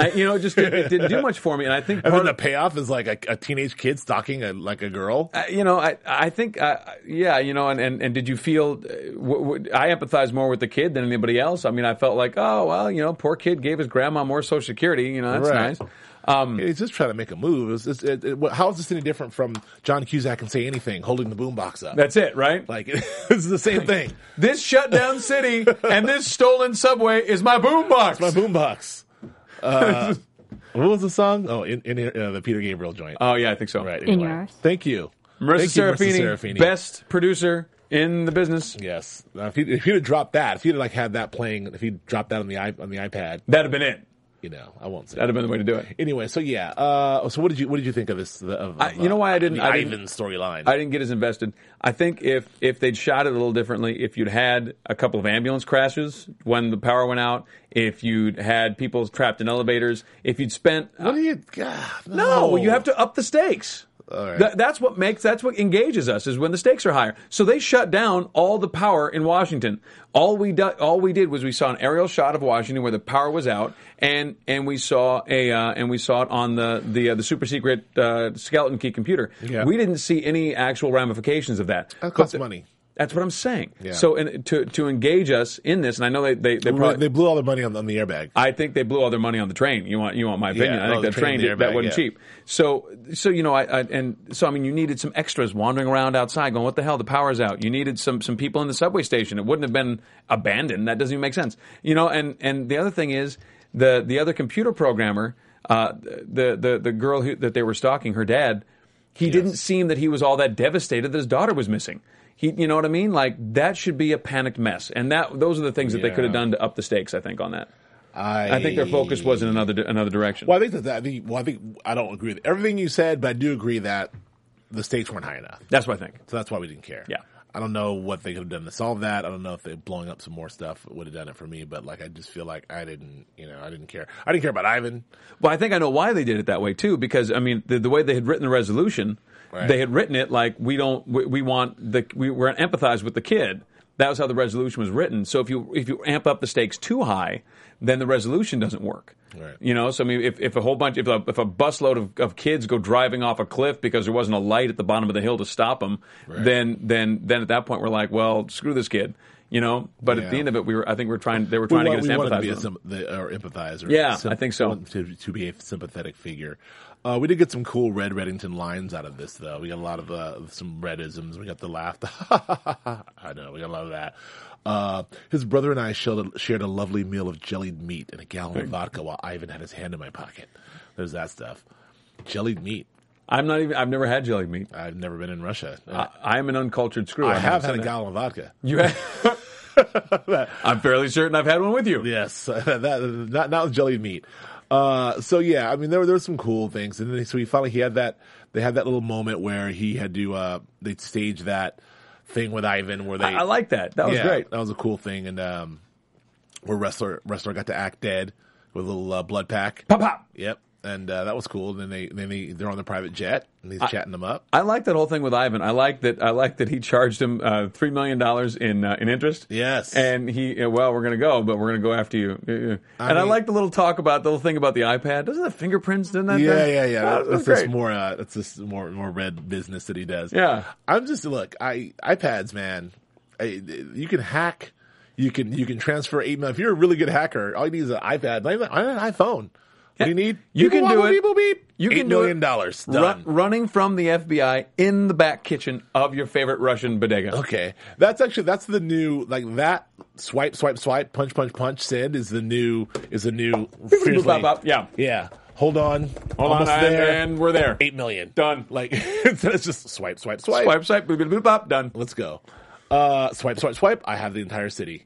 S3: I- you know, it just didn't, it didn't
S2: [LAUGHS]
S3: do much for me. And I think
S2: and
S3: part
S2: then the
S3: of,
S2: payoff is like a, a teenage kid stalking a like a girl.
S3: I- you know, I, I think, uh, yeah, you know, and, and, and did you feel, uh, w- w- I empathize more with the kid than anybody else. I mean, I felt like, oh, well, you know, poor kid gave his grandma more social security. You know, that's
S2: Right.
S3: nice.
S2: He's just trying to make a move. It's just- it- it- what- how is this any different from John Cusack and say anything holding the boombox up?
S3: That's it, right?
S2: like [LAUGHS] it's the same thing.
S3: this shutdown city and this stolen subway is my boombox. [LAUGHS]
S2: My boombox. Uh, what was the song? Oh, in, in uh, the Peter Gabriel joint.
S3: oh, yeah, I think so.
S2: right.
S3: Right.
S2: Anyway.
S4: yours.
S2: Thank you,
S3: Marissa,
S2: Thank you,
S3: Serafini,
S2: Serafini.
S3: best producer in the business.
S2: Yes. Now, if he if he'd have dropped that, if he'd have like had that playing, if he'd dropped that on the i on the iPad,
S3: That'd have been it.
S2: you know, I won't say.
S3: That'd have been the way to do it.
S2: Anyway, so yeah. Uh, so what did you what did you think of this? the- Of,
S3: I-
S2: of,
S3: you know why I
S2: uh,
S3: didn't-
S2: the
S3: I didn't-
S2: Ivan storyline.
S3: I didn't get as invested. I think if if they'd shot it a little differently, if you'd had a couple of ambulance crashes when the power went out, if you'd had people trapped in elevators, if you'd spent
S2: What do you? God,
S3: No, well, you have to up the stakes.
S2: right.
S3: Th- that's what makes that's what engages us is when the stakes are higher. So they shut down all the power in Washington. All we do, all we did was we saw an aerial shot of Washington where the power was out, and and we saw a uh, and we saw it on the the uh, the super secret uh, skeleton key computer.
S2: Yeah.
S3: We didn't see any actual ramifications of that.
S2: That
S3: But
S2: costs
S3: th-
S2: money.
S3: That's what I'm saying.
S2: Yeah.
S3: So and to to engage us in this, and I know they they, they
S2: They,
S3: probably
S2: blew all their money on, on the airbag.
S3: I think they blew all their money on the train. You want you want my opinion?
S2: Yeah,
S3: I
S2: oh,
S3: think
S2: the
S3: that
S2: train
S3: train,
S2: there,
S3: did-
S2: but
S3: that wasn't
S2: yeah.
S3: cheap. So so you know I, I and so I mean you needed some extras wandering around outside going what the hell the power's out. You needed some some people in the subway station. It wouldn't have been abandoned. That doesn't even make sense. You know and and the other thing is the the other computer programmer uh, the the the girl who, that they were stalking her dad he didn't seem that he was all that devastated that his daughter was missing. He, you know what I mean? Like that should be a panicked mess, and that those are the things that they could
S2: Yeah.
S3: have done to up the stakes. I think on that.
S2: I,
S3: I think their focus was in another another direction.
S2: Well, I think that, that I think, well, I think I don't agree with everything you said, but I do agree that the stakes weren't high enough,
S3: That's what I think.
S2: so that's why we didn't care.
S3: Yeah.
S2: I don't know what they could have done to solve that. I don't know if they blowing up some more stuff would have done it for me, but like I just feel like I didn't, you know, I didn't care. I didn't care about Ivan.
S3: Well, I think I know why they did it that way too, because I mean the, the way they had written the resolution,
S2: Right.
S3: they had written it like we don't we, we want the we we're gonna empathize with the kid. That was how the resolution was written. So if you if you amp up the stakes too high, then the resolution doesn't work.
S2: Right.
S3: You know, so I mean, if, if a whole bunch, if a, if a busload of, of kids go driving off a cliff because there wasn't a light at the bottom of the hill to stop them, then then then at that point we're like, well, screw this kid, you know. But
S2: Yeah.
S3: at the end of it, we were, I think, we were trying, they were trying
S2: we
S3: to get us
S2: want-
S3: to empathize.
S2: we
S3: with them.
S2: wanted to be a sym- the, uh, or empathizer.
S3: Yeah, I think so.
S2: want To, to be a sympathetic figure. Uh, we did get some cool Red Reddington lines out of this, though. We got a lot of uh, some Redisms. We got the laugh. [LAUGHS] I know we got a lot of that. Uh, his brother and I shared a, shared a lovely meal of jellied meat and a gallon
S3: Hmm.
S2: of vodka while Ivan had his hand in my pocket. There's that stuff. Jellied meat.
S3: I'm not even. I've never had jelly meat.
S2: I've never been in Russia.
S3: Uh, I, I'm an uncultured screw.
S2: I
S3: I'm not
S2: have had a
S3: saying
S2: gallon of vodka.
S3: that. You have. [LAUGHS] I'm fairly certain I've had one with you.
S2: Yes, [LAUGHS] that not not with jellied meat. Uh, so yeah, I mean there were there were some cool things, and then so he finally he had that they had that little moment where he had to uh, they stage that thing with Ivan where they
S3: I, I like that. That was
S2: yeah,
S3: great.
S2: that was a cool thing, and um, where wrestler wrestler got to act dead with a little uh, blood pack.
S3: Pop pop.
S2: Yep, and uh, that was cool. And then they then they they're on the private jet and he's chatting them up.
S3: I like that whole thing with Ivan. I like that. I like that he charged him uh, three million dollars in uh, in interest.
S2: Yes.
S3: and he uh, well, we're gonna go, but we're gonna go after you. Uh, uh. And I,
S2: mean-
S3: like the little talk about the little thing about the iPad. Doesn't the fingerprints? Doesn't that?
S2: Yeah,
S3: thing?
S2: yeah, yeah.
S3: That,
S2: That-
S3: was
S2: that's just
S3: great.
S2: more. Uh, that's just more more red business that he does.
S3: Yeah.
S2: I'm just look. I iPads, man. I, you can hack. You can you can transfer eight. mil- If you're a really good hacker, all you need is an iPad. Not even not even an iPhone. What do you need?
S3: You
S2: Beep,
S3: can
S2: wobble,
S3: do it.
S2: Beep, boop, beep.
S3: You
S2: Eight
S3: can do
S2: million
S3: it.
S2: dollars
S3: Ru-
S2: done.
S3: running from the FBI in the back kitchen of your favorite Russian bodega.
S2: Okay, that's actually that's the new like that swipe swipe swipe punch punch punch. Send is the new is the new. seriously.
S3: bop, bop. Yeah.
S2: yeah. Hold on,
S3: Hold on,
S2: Almost
S3: and, and we're there.
S2: Eight million
S3: Done.
S2: Like instead, [LAUGHS] it's just swipe swipe
S3: [LAUGHS]
S2: swipe.
S3: Swipe, swipe, boop, boop, boop, bop, done. [LAUGHS]
S2: Let's go. Uh, swipe, swipe, swipe. I have the entire city.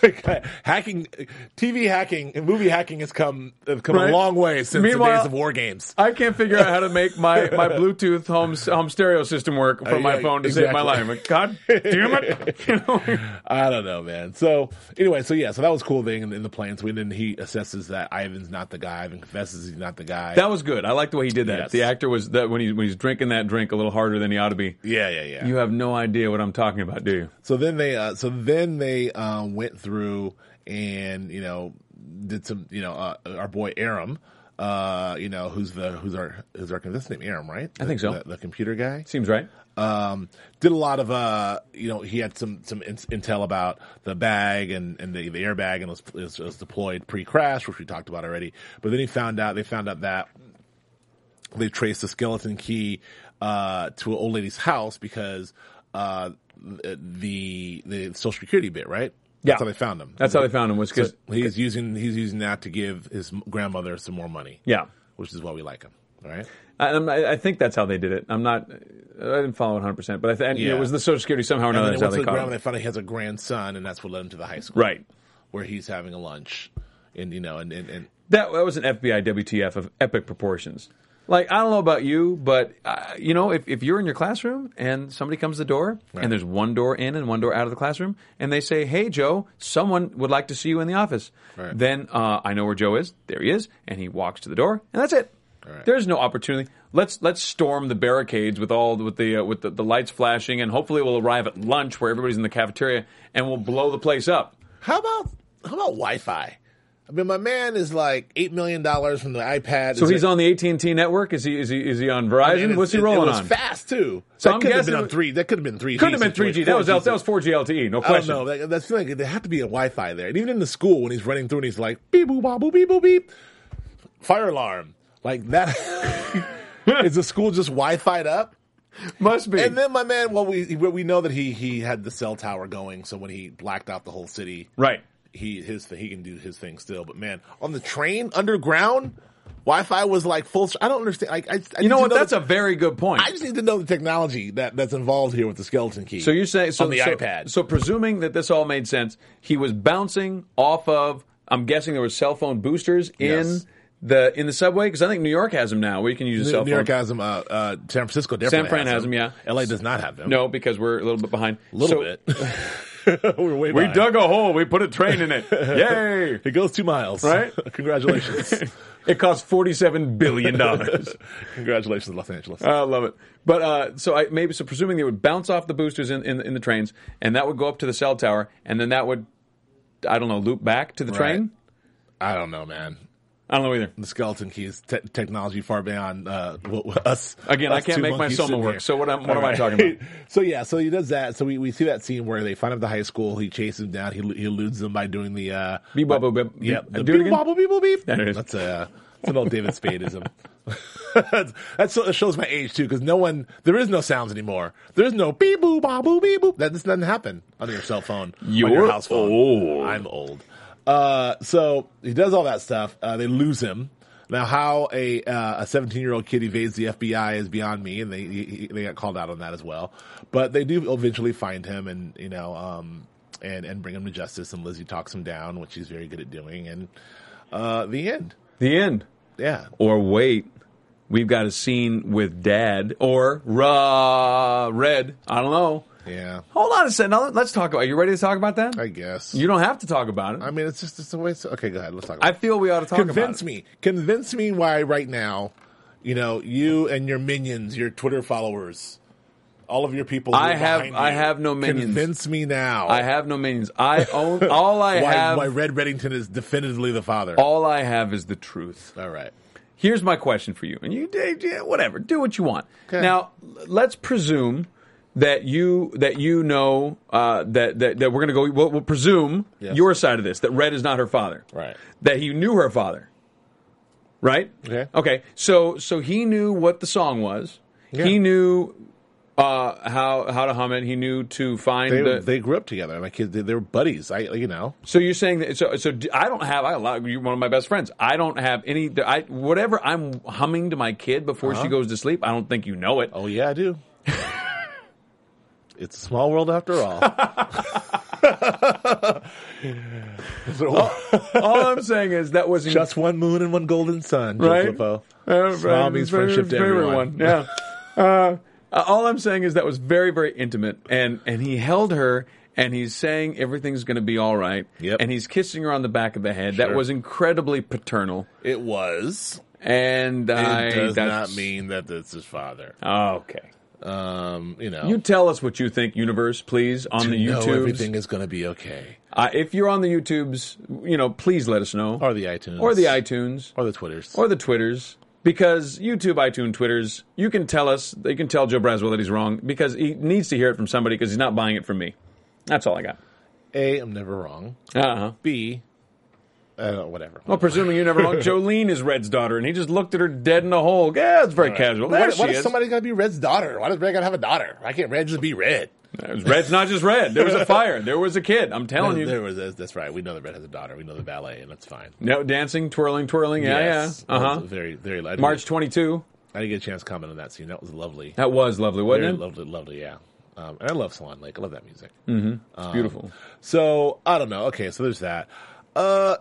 S2: like, hacking, TV hacking, and movie hacking has come have come
S3: Right.
S2: a long way since the
S3: Meanwhile-
S2: days of war games.
S3: I can't figure out how to make my, my Bluetooth home home stereo system work for
S2: Uh,
S3: my
S2: yeah,
S3: phone to save my
S2: exactly.
S3: life. Like, God damn [LAUGHS] it! You know?
S2: I don't know, man. So anyway, so yeah, so that was a cool thing in, in the plans. We then he assesses that Ivan's not the guy. Ivan confesses he's not the guy.
S3: That was good. I like the way he did that.
S2: Yes.
S3: The actor was that when he when he's drinking that drink a little harder than he ought to be.
S2: yeah, yeah, yeah.
S3: You have no idea what I'm talking about, do you?
S2: So then they, uh, so then they um, went through and you know did some, you know, uh, our boy Aram, uh, you know, who's the who's our who's our that's his name Aram, right? I
S3: think so.
S2: The, the computer guy
S3: Seems right.
S2: um, did a lot of uh, you know, he had some some in- intel about the bag and and the, the airbag and it was, it was, it was deployed pre-crash, which we talked about already. But then he found out they found out that they traced the skeleton key uh, to an old lady's house because uh, the the social security bit, right? That's
S3: Yeah.
S2: how they found him.
S3: That's how they found him was because
S2: So he's using he's using that to give his grandmother some more money.
S3: yeah.
S2: which is why we like him. All right.
S3: I, I'm- I, I think that's how they did it. I'm not. I didn't follow it 100, percent but I think
S2: Yeah.
S3: it was the Social Security somehow or
S2: And
S3: another.
S2: then
S3: That's how
S2: they went to
S3: they
S2: the
S3: caught
S2: grandma. They
S3: him.
S2: found out he has a grandson, and that's what led him to the high school.
S3: Right.
S2: where he's having a lunch, and you know, and and, and
S3: That, that was an FBI WTF of epic proportions. Like I don't know about you, but uh, you know, if, if you're in your classroom and somebody comes to the door
S2: Right.
S3: and there's one door in and one door out of the classroom, and they say, "Hey, Joe, someone would like to see you in the office,"
S2: Right.
S3: then uh, I know where Joe is. There he is, and he walks to the door, and that's it.
S2: Right.
S3: There's no opportunity. Let's let's storm the barricades with all with the uh, with the, the lights flashing, and hopefully we'll arrive at lunch where everybody's in the cafeteria, and we'll blow the place up.
S2: how about how about Wi-Fi? I mean, my man is like eight million dollars from the iPad.
S3: So
S2: Is
S3: he's
S2: it-
S3: on the AT and T network. Is he is he is he on
S2: and
S3: Verizon?
S2: it's-
S3: What's he
S2: it-
S3: rolling
S2: it was
S3: on?
S2: Fast too.
S3: So
S2: that
S3: I'm
S2: could have
S3: guessing
S2: been on
S3: it-
S2: three. That could have been three.
S3: Could have been 3G. That was that was 4G LTE. E, No
S2: I don't
S3: question.
S2: know. That, that's feeling like there had to be a Wi-Fi there, and even in the school when he's running through and he's like beep boop bop boop beep boop beep, fire alarm like that. [LAUGHS] is the school just Wi-Fi'd up?
S3: Must be.
S2: And then my man, well, we we know that he he had the cell tower going, so when he blacked out the whole city,
S3: right.
S2: he his thing, he can do his thing still. But man, on the train underground, Wi-Fi was like full. I don't understand. Like I, I
S3: You know what? That's a very good point.
S2: I just need to know the technology that that's involved here with the skeleton key.
S3: so you're saying so,
S2: on the
S3: so-
S2: iPad?
S3: So presuming that this all made sense, he was bouncing off of. I'm guessing there were cell phone boosters in
S2: Yes.
S3: the in the subway because I think New York has them now where you can use a
S2: New,
S3: cell
S2: New
S3: phone.
S2: York has them. Uh, uh, San Francisco definitely.
S3: Fran has them, yeah.
S2: LA does not have them.
S3: no, because we're a little bit behind.
S2: a little
S3: So- [LAUGHS]
S2: bit. [LAUGHS] We're
S3: We
S2: way behind.
S3: dug a hole. We put a train
S2: [LAUGHS]
S3: in it. Yay!
S2: It goes two miles.
S3: Right?
S2: [LAUGHS] Congratulations.
S3: [LAUGHS] It cost forty-seven billion dollars.
S2: [LAUGHS] Congratulations, Los Angeles.
S3: I love it. But uh, so I maybe so presuming they would bounce off the boosters in, in in the trains, and that would go up to the cell tower, and then that would, I don't know, loop back to the train.
S2: I don't know, man.
S3: I don't know either.
S2: the skeleton keys te- technology far beyond uh, w- w- us.
S3: Again, I
S2: us
S3: can't
S2: two
S3: make my
S2: monkeys
S3: soma
S2: sitting
S3: work,
S2: here.
S3: so what am- what am
S2: All
S3: I talking about?
S2: [LAUGHS] so yeah, so he does that. So we, we see that scene where they find him at the high school. He chases him down. He, he eludes them by doing the uh,
S3: Beep,
S2: by-
S3: bop, boop, beep.
S2: Yep, the
S3: Do it
S2: beep,
S3: again?
S2: bobble, beep, boop, beep.
S3: There it is.
S2: That's uh, that's an old David Spadeism. that's, [LAUGHS] that's that shows my age too, because no one there is no sounds anymore. There is no beep boop bop boop beep boop. That just doesn't happen on your cell phone. on your
S3: You're
S2: house phone.
S3: old.
S2: I'm old. Uh, so he does all that stuff. Uh, they lose him. Now, how a uh, a 17 year old kid evades the FBI is beyond me, and they he, he- they got called out on that as well. But they do eventually find him, and you know, um, and and bring him to justice. And Lizzie talks him down, which she's very good at doing. And uh, the end.
S3: The end.
S2: Yeah,
S3: Or wait, we've got a scene with Dad or Ra Red. I don't know.
S2: yeah.
S3: Hold on a second. Now let's talk about. Are you ready to talk about that?
S2: I guess.
S3: you don't have to talk about it.
S2: I mean, it's just it's a waste. Okay, go ahead. Let's talk. About
S3: I
S2: it.
S3: feel we ought to talk
S2: convince
S3: about.
S2: me convince me why right now you know you and your minions your twitter followers all of your people who
S3: I
S2: are
S3: have-
S2: behind
S3: I
S2: you,
S3: have no minions.
S2: convince me now
S3: It. I have no means. I
S2: [LAUGHS]
S3: own all I
S2: why,
S3: have.
S2: why red reddington is definitively the father
S3: all I have is the truth.
S2: all right
S3: Here's my question for you, and you, Dave, yeah, whatever, do what you want.
S2: Okay.
S3: Now, l- let's presume that you that you know uh, that, that that we're going to go. We'll, we'll presume
S2: Yes.
S3: your side of this that Red is not her father,
S2: Right.
S3: That he knew her father, right?
S2: Okay.
S3: Okay. So so he knew what the song was.
S2: Yeah.
S3: He knew uh, how how to hum it. He knew to find
S2: they,
S3: the.
S2: they grew up together my kids they, they were buddies i you know
S3: So you're saying that? So, so d- I don't have. I allow you're one of my best friends. I don't have any. I whatever I'm humming to my kid before
S2: Uh-huh.
S3: she goes to sleep. I don't think you know it.
S2: oh yeah i do
S3: [LAUGHS] [LAUGHS]
S2: [LAUGHS] it's a small world after all
S3: All
S2: [LAUGHS]
S3: I'm saying is that was
S2: Just one moon and one golden sun, Joe
S3: right.
S2: Flippo.
S3: Uh,
S2: Smile
S3: right.
S2: means
S3: Very-
S2: friendship to
S3: very one.
S2: everyone. [LAUGHS]
S3: Yeah. Uh, uh, all I'm saying is that was very, very intimate, and and he held her, and he's saying everything's going to be all right,
S2: Yep.
S3: and he's kissing her on the back of the head. That
S2: Sure.
S3: was incredibly paternal,
S2: It was.
S3: and
S2: It
S3: I
S2: does
S3: that's-
S2: not mean that it's his father.
S3: Okay.
S2: Um, you know,
S3: You tell us what you think, universe, please, on
S2: to
S3: the
S2: know
S3: YouTube.
S2: everything is going to be okay,
S3: Uh, if you're on the YouTubes, you know, please let us know,
S2: or the iTunes,
S3: or the iTunes,
S2: or the Twitters,
S3: or the Twitters. Because YouTube, iTunes, Twitters, you can tell us, you can tell Joe Braswell that he's wrong because he needs to hear it from somebody because he's not buying it from me. That's all I got.
S2: A. I'm never wrong.
S3: Uh
S2: Uh-huh.
S3: huh.
S2: B. Uh, whatever.
S3: Well, presuming you're
S2: [LAUGHS]
S3: never wrong, Jolene is Red's daughter, and he just looked at her dead in the hole. Yeah, it's
S2: Uh,
S3: very casual. There
S2: Why,
S3: she
S2: why does
S3: is.
S2: somebody got to be Red's daughter? Why does Red got to have a daughter? Why can't Red just be Red?
S3: Red's not just red. There was
S2: [LAUGHS]
S3: a fire. There was a kid. I'm telling you.
S2: There was that's- that's right. We know that Red has a daughter. We know the ballet, and that's fine.
S3: No dancing, twirling, twirling. Yeah,
S2: Yes.
S3: yeah. Uh
S2: That
S3: huh.
S2: was Very, very. I didn't,
S3: March 22.
S2: I didn't get a chance to comment on that scene. That was lovely.
S3: That was lovely, wasn't
S2: Very
S3: it?
S2: lovely, lovely. Yeah. Um, and I love Swan Lake. I love that music. Uh,
S3: It's beautiful.
S2: So I don't know. Okay, so there's that. Uh,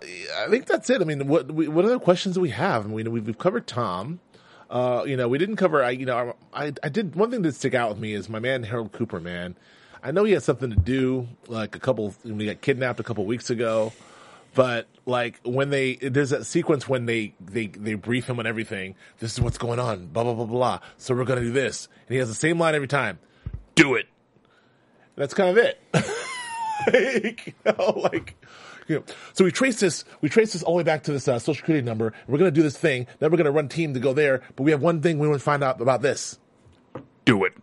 S2: I think that's it. I mean, what we, what other questions do we have? I mean, we've, we've covered Tom. Uh, you know, we didn't cover. I you know, I I did one thing that stick out with me is my man Harold Cooper. Man, I know he had something to do like a couple when he got kidnapped a couple weeks ago. But like when they there's that sequence when they they they brief him on everything. This is what's going on. Blah blah blah blah. So we're gonna do this, and he has the same line every time. Do it. That's kind of it [LAUGHS] like, [LAUGHS] you know, like, you know. So we trace this, we trace this all the way back to this uh, social security number. And we're going to do this thing. Then we're going to run team to go there. But we have one thing we want to find out about this.
S5: Do it,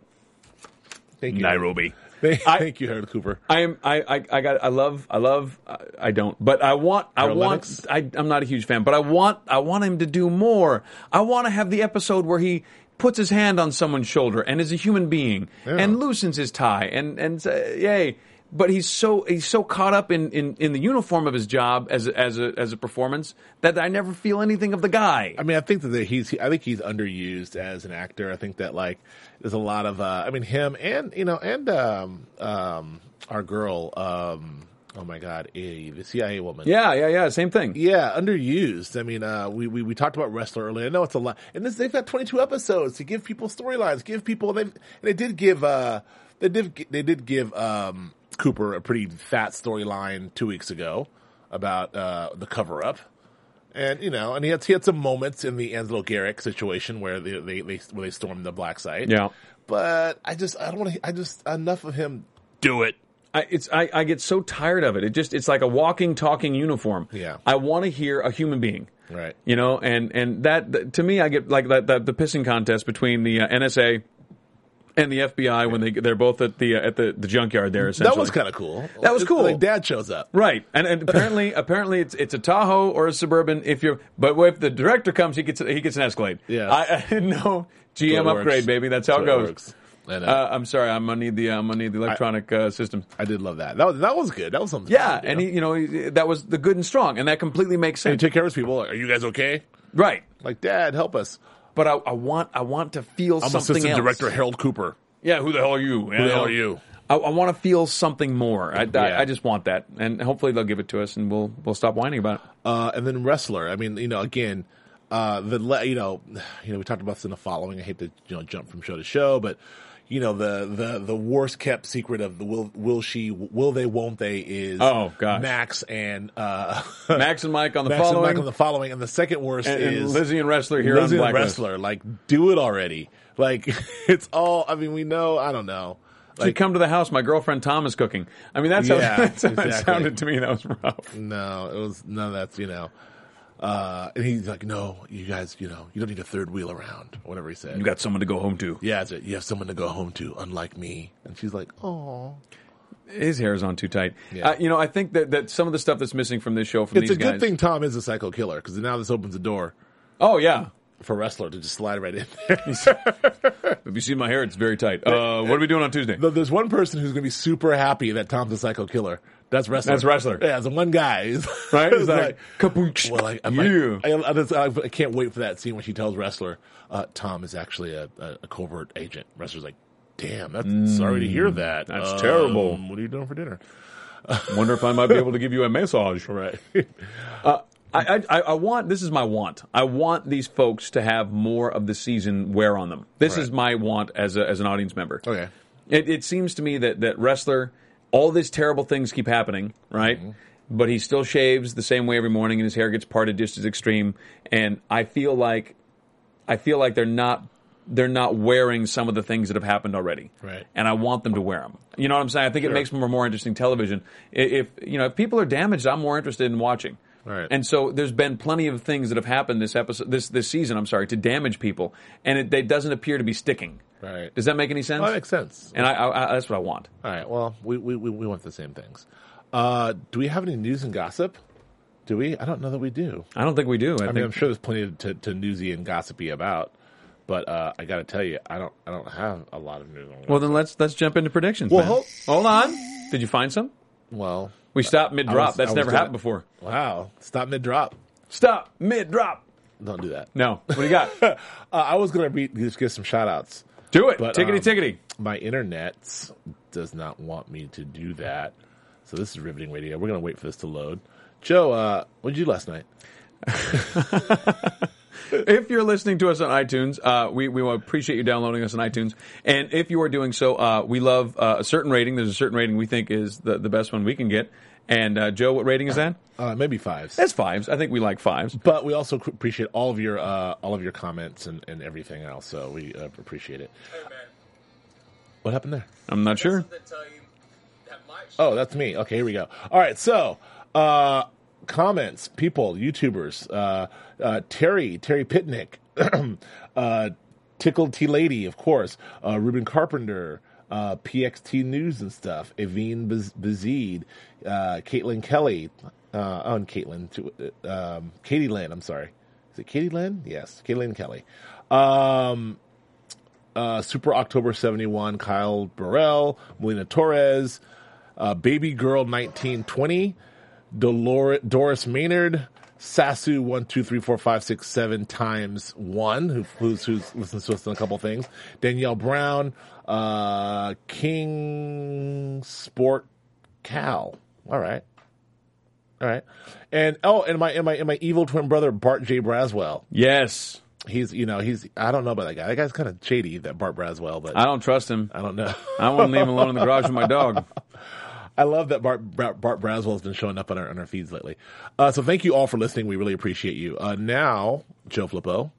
S2: Thank you,
S5: Nairobi.
S2: [LAUGHS] Thank,
S3: I-
S2: thank you, Harold Cooper.
S3: I am. I, I. I got. I love. I love. I, I don't. But I want. I
S2: Harold
S3: want.
S2: Lennox?
S3: I, I'm not a huge fan. But I want. I want him to do more. I want to have the episode where he puts his hand on someone's shoulder and is a human being and loosens his tie and and say, yay. But he's so he's so caught up in, in, in the uniform of his job as a- as a as a performance that I never feel anything of the guy.
S2: I mean, I think that he's, I think he's underused as an actor. I think that like there's a lot of, uh, I mean, him and you know, and um, um, our girl, um, oh my God, eh, the CIA woman.
S3: Yeah, yeah, yeah. Same thing.
S2: Yeah, underused. I mean, uh, we, we we talked about wrestler earlier. I know it's a lot, and this they've got 22 episodes to give people storylines, give people. They and they did give uh they did gi- they did give um Cooper a pretty fat storyline two weeks ago about uh the cover up, and you know, and he had he had some moments in the Angelo Garrick situation where they they they where they stormed the black site.
S3: Yeah.
S2: but I just I don't want to. I just enough of him.
S5: Do it.
S3: I, it's I, I get so tired of it. It just it's like a walking, talking uniform.
S2: Yeah.
S3: I want to hear a human being.
S2: Right.
S3: You know, and and that th- to me, I get like that, that the pissing contest between the uh, NSA and the FBI when they they're both at the uh, at the, the junkyard there. Essentially,
S2: That was kind of cool.
S3: That was
S2: It's
S3: cool.
S2: Like dad shows up.
S3: Right, and, and
S2: [LAUGHS]
S3: apparently, apparently, it's it's a Tahoe or a Suburban. If you're, but if the director comes, he gets he gets an Escalade.
S2: Yeah.
S3: I, I didn't know GM
S2: That's what it
S3: upgrade,
S2: works.
S3: baby. That's how it
S2: That's what
S3: goes.
S2: works. I know.
S3: Uh, I'm sorry, I'm gonna need the uh, I'm gonna need the electronic uh, systems.
S2: I did love that. That was that was good. That was something.
S3: Yeah,
S2: fun to
S3: and
S2: do.
S3: he, you know, he, that was the good and strong, and that completely makes
S2: and he
S3: sense.
S2: took care of his people. Are you guys okay?
S3: right,
S2: Like, Dad, help us.
S3: but I, I want, I want to feel
S2: I'm
S3: something
S2: Assistant
S3: else.
S2: Director Harold Cooper.
S3: Yeah, who the hell are you?
S2: Who the hell are you?
S3: I, I want to feel something more. I, I,
S2: Yeah.
S3: I just want that, and hopefully they'll give it to us, and we'll we'll stop whining about it.
S2: Uh, and then wrestler. I mean, you know, again, uh, the le- you know, [SIGHS] you know, we talked about this in the following. I hate to you know jump from show to show, but you know, the the the worst kept secret of the will will she will they won't they is
S3: Oh, gosh.
S2: Max and uh, [LAUGHS]
S3: Max and Mike on the
S2: Max and
S3: following,
S2: Mike on the following, and the second worst
S3: and, and
S2: is
S3: Lizzie and wrestler here
S2: Lizzie
S3: on
S2: the
S3: Blacklist.
S2: wrestler. Like, do it already. Like, [LAUGHS] it's all. I mean, we know. I don't know.
S3: She come to the house. My girlfriend Tom is cooking. I mean, that's how,
S2: Yeah,
S3: [LAUGHS] that's how
S2: exactly.
S3: it sounded to me. That was rough.
S2: No, it was none of that's you know. Uh, and he's like, no, you guys, you know, you don't need a third wheel around, or whatever he said.
S3: got someone to go home to.
S2: yeah, that's it. You have someone to go home to, unlike me. And she's like, oh,
S3: His hair is on too tight.
S2: Yeah.
S3: Uh, you know, I think that, that some of the stuff that's missing from this show from
S2: it's
S3: these
S2: a
S3: guys.
S2: good thing Tom is a psycho killer because now this opens the door
S3: Oh yeah,
S2: for wrestler to just slide right in [LAUGHS]
S3: [LAUGHS]
S2: there.
S3: Have you seen my hair? It's very tight. Uh, what are we doing on Tuesday?
S2: Though there's one person who's going to be super happy that Tom's a psycho killer. That's wrestler.
S3: That's Wrestler.
S2: Yeah, it's the one guy. [LAUGHS] He's-
S3: Right? It's
S2: he's
S3: like, kapunch.
S2: Well, I, I'm
S3: Yeah.
S2: like, I, I, just, I, I can't wait for that scene when she tells Wrestler, uh, Tom is actually a, a, a covert agent. Wrestler's like, damn, that's sorry to hear that.
S3: Mm. that's
S2: Um,
S3: terrible. [LAUGHS]
S2: What are you doing for dinner?
S3: Wonder if I might be able to give you a massage.
S2: Right.
S3: I, I, I want this is my want. I want these folks to have more of the season wear on them. This
S2: Right.
S3: is my want as a, as an audience member.
S2: Okay.
S3: It, it seems to me that that wrestler, all these terrible things keep happening, right?
S2: Mm-hmm.
S3: But he still shaves the same way every morning, and his hair gets parted just as extreme. And I feel like, I feel like they're not they're not wearing some of the things that have happened already.
S2: Right.
S3: And I want them to wear them. You know what I'm saying? I think it makes for more interesting television. I- If you know if people are damaged, I'm more interested in watching.
S2: Right.
S3: And so there's been plenty of things that have happened this episode, this this season. I'm sorry to damage people, and it they doesn't appear to be sticking.
S2: Right.
S3: Does that make any sense?
S2: Well, that makes sense.
S3: And I, I, I that's what I want.
S2: All right. Well, we, we, we, we want the same things. Uh, do we have any news and gossip? Do we? I don't know that we do.
S3: I don't think we do. I,
S2: I
S3: think
S2: mean, I'm sure there's plenty to, to newsy and gossipy about, but uh, I got to tell you, I don't I don't have a lot of news. On
S3: Well, then let's let's jump into predictions.
S2: Well,
S3: man.
S2: hold-
S3: hold on. Did you find some?
S2: well,
S3: We stopped mid
S2: I
S3: drop.
S2: was- I
S3: That's
S2: was
S3: never
S2: doing
S3: happened
S2: it.
S3: before.
S2: wow, stop mid drop.
S3: Stop mid drop.
S2: Don't do that.
S3: No. What do you got?
S2: [LAUGHS] uh, I was gonna be, just give some shout outs.
S3: do it.
S2: But,
S3: tickety
S2: um,
S3: tickety.
S2: My internet does not want me to do that, so this is riveting radio. We're gonna wait for this to load. Joe, uh, what did you do last night?
S3: If you're listening to us on iTunes, uh, we, we appreciate you downloading us on iTunes. And if you are doing so, uh, we love uh, a certain rating. There's a certain rating we think is the, the best one we can get. And uh, Joe, what rating is that?
S2: Uh, maybe fives.
S3: That's fives. I think we like fives.
S2: But we also c- appreciate all of your uh, all of your comments and, and everything else. So we uh, appreciate it. What happened there?
S3: I'm not sure.
S2: Oh, that's me. Okay, here we go. All right, so uh, comments, people, YouTubers, uh, uh, Terry, Terry Pitnick, [CLEARS THROAT] uh, Tickled T Lady, of course, uh, Ruben Carpenter, uh, PXT News and stuff, Evine Baz- Bazid, uh, Caitlin Kelly, uh, oh, and Caitlin, too, uh, um, Katie Lynn, I'm sorry. Is it Katie Lynn? Yes, Caitlin Kelly. Um, uh, Super October 71, Kyle Burrell, Melina Torres, uh, Baby Girl 1920, Dolor- Doris Maynard, Sasu 1234567 times 1, who, who's, who's listens to us on a couple things, Danielle Brown, uh, King Sport Cal. All right. All right. And, oh, and my, and my, and my evil twin brother, Bart J. Braswell
S3: Yes.
S2: he's you know he's I don't know about that guy. That guy's kind of shady, that Bart Braswell, but
S3: I
S2: I,
S3: don't trust him.
S2: don't know.
S3: I wouldn't leave him alone in the garage with my dog.
S2: I love that Bart Bart, Bart Braswell has been showing up on our on our feeds lately. Uh, so thank you all for listening. We really appreciate you. Uh, now Joe Flippo,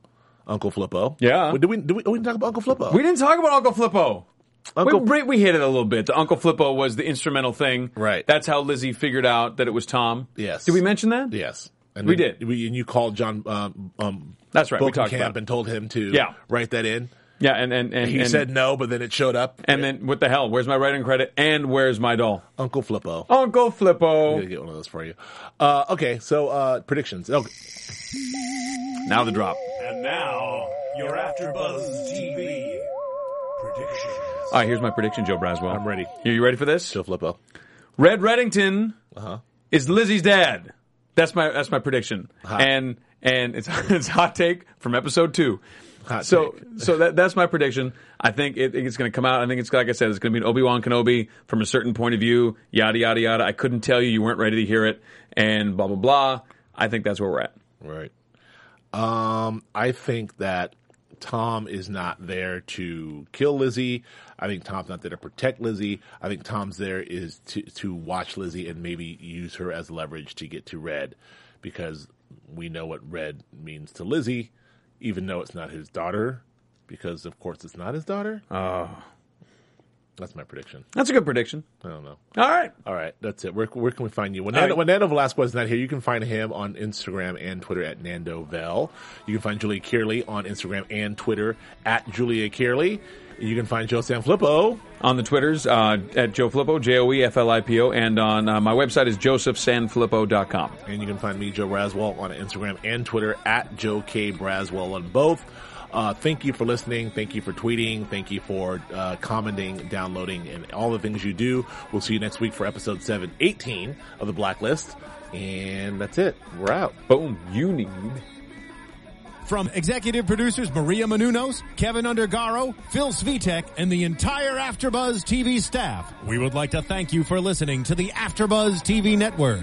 S2: Uncle Flippo.
S3: Yeah.
S2: Wait, did we did we, oh, we didn't talk about Uncle Flippo?
S3: We didn't talk about Uncle Flippo.
S2: Uncle-
S3: we, we hit it a little bit. The Uncle Flippo was the instrumental thing.
S2: Right.
S3: That's how Lizzie figured out that it was Tom.
S2: Yes.
S3: Did we mention that?
S2: yes. And
S3: We
S2: then
S3: did.
S2: We, and you called John. Um, um,
S3: That's right, we
S2: Bokenkamp
S3: talked about it.
S2: and told him to
S3: Yeah.
S2: write that in.
S3: Yeah. And and and
S2: He
S3: and-
S2: said no, but then it showed up.
S3: And then what the hell? Where's my writing credit? And where's my doll?
S2: Uncle Flippo.
S3: Uncle
S2: I'm gonna
S3: Flippo.
S2: get one of those for you. Uh, okay, so uh, predictions. Okay.
S3: Now the drop.
S5: And now, your AfterBuzz TV predictions.
S3: All right, here's my prediction, Joe Braswell.
S2: I'm ready.
S3: Are you ready for this?
S2: Joe Flippo. Uh-huh.
S3: Red Reddington is Lizzie's dad. That's my that's my prediction. And and it's [LAUGHS] it's a hot take from episode two.
S2: Hot
S3: so
S2: take. [LAUGHS]
S3: so that that's my prediction. I think it, it's going to come out. I think it's like I said, it's going to be an Obi Wan Kenobi from a certain point of view. Yada yada yada. I couldn't tell you. You weren't ready to hear it. And blah blah blah. I think that's where we're at.
S2: Right. Um, I think that Tom is not there to kill Lizzie. I think Tom's not there to protect Lizzie. I think Tom's there is to to watch Lizzie and maybe use her as leverage to get to Red, because we know what Red means to Lizzie, even though it's not his daughter, because of course it's not his daughter. Oh. That's my prediction.
S3: That's a good prediction.
S2: I don't know.
S3: All right.
S2: All right, that's it. Where, where can we find you? When,
S3: All
S2: Nando,
S3: right.
S2: when Nando Velasquez is not here, you can find him on Instagram and Twitter at Nando Vel. You can find Julia Kearley on Instagram and Twitter at Julia Kearley. You can find Joe Sanfilippo.
S3: on the Twitters uh, at Joe Flippo, J O E F L I P O, and on uh, my website is josephsanfilippo.com.
S2: And you can find me, Joe Braswell, on Instagram and Twitter at Joe K. Braswell on both. Uh, thank you for listening. Thank you for tweeting. Thank you for uh, commenting, downloading, and all the things you do. We'll see you next week for episode 718 of The Blacklist. And that's it. We're out.
S3: Boom, you need
S1: From executive producers Maria Manunos, Kevin Undergaro, Phil Svitek, and the entire Afterbuzz TV staff, we would like to thank you for listening to the Afterbuzz TV network.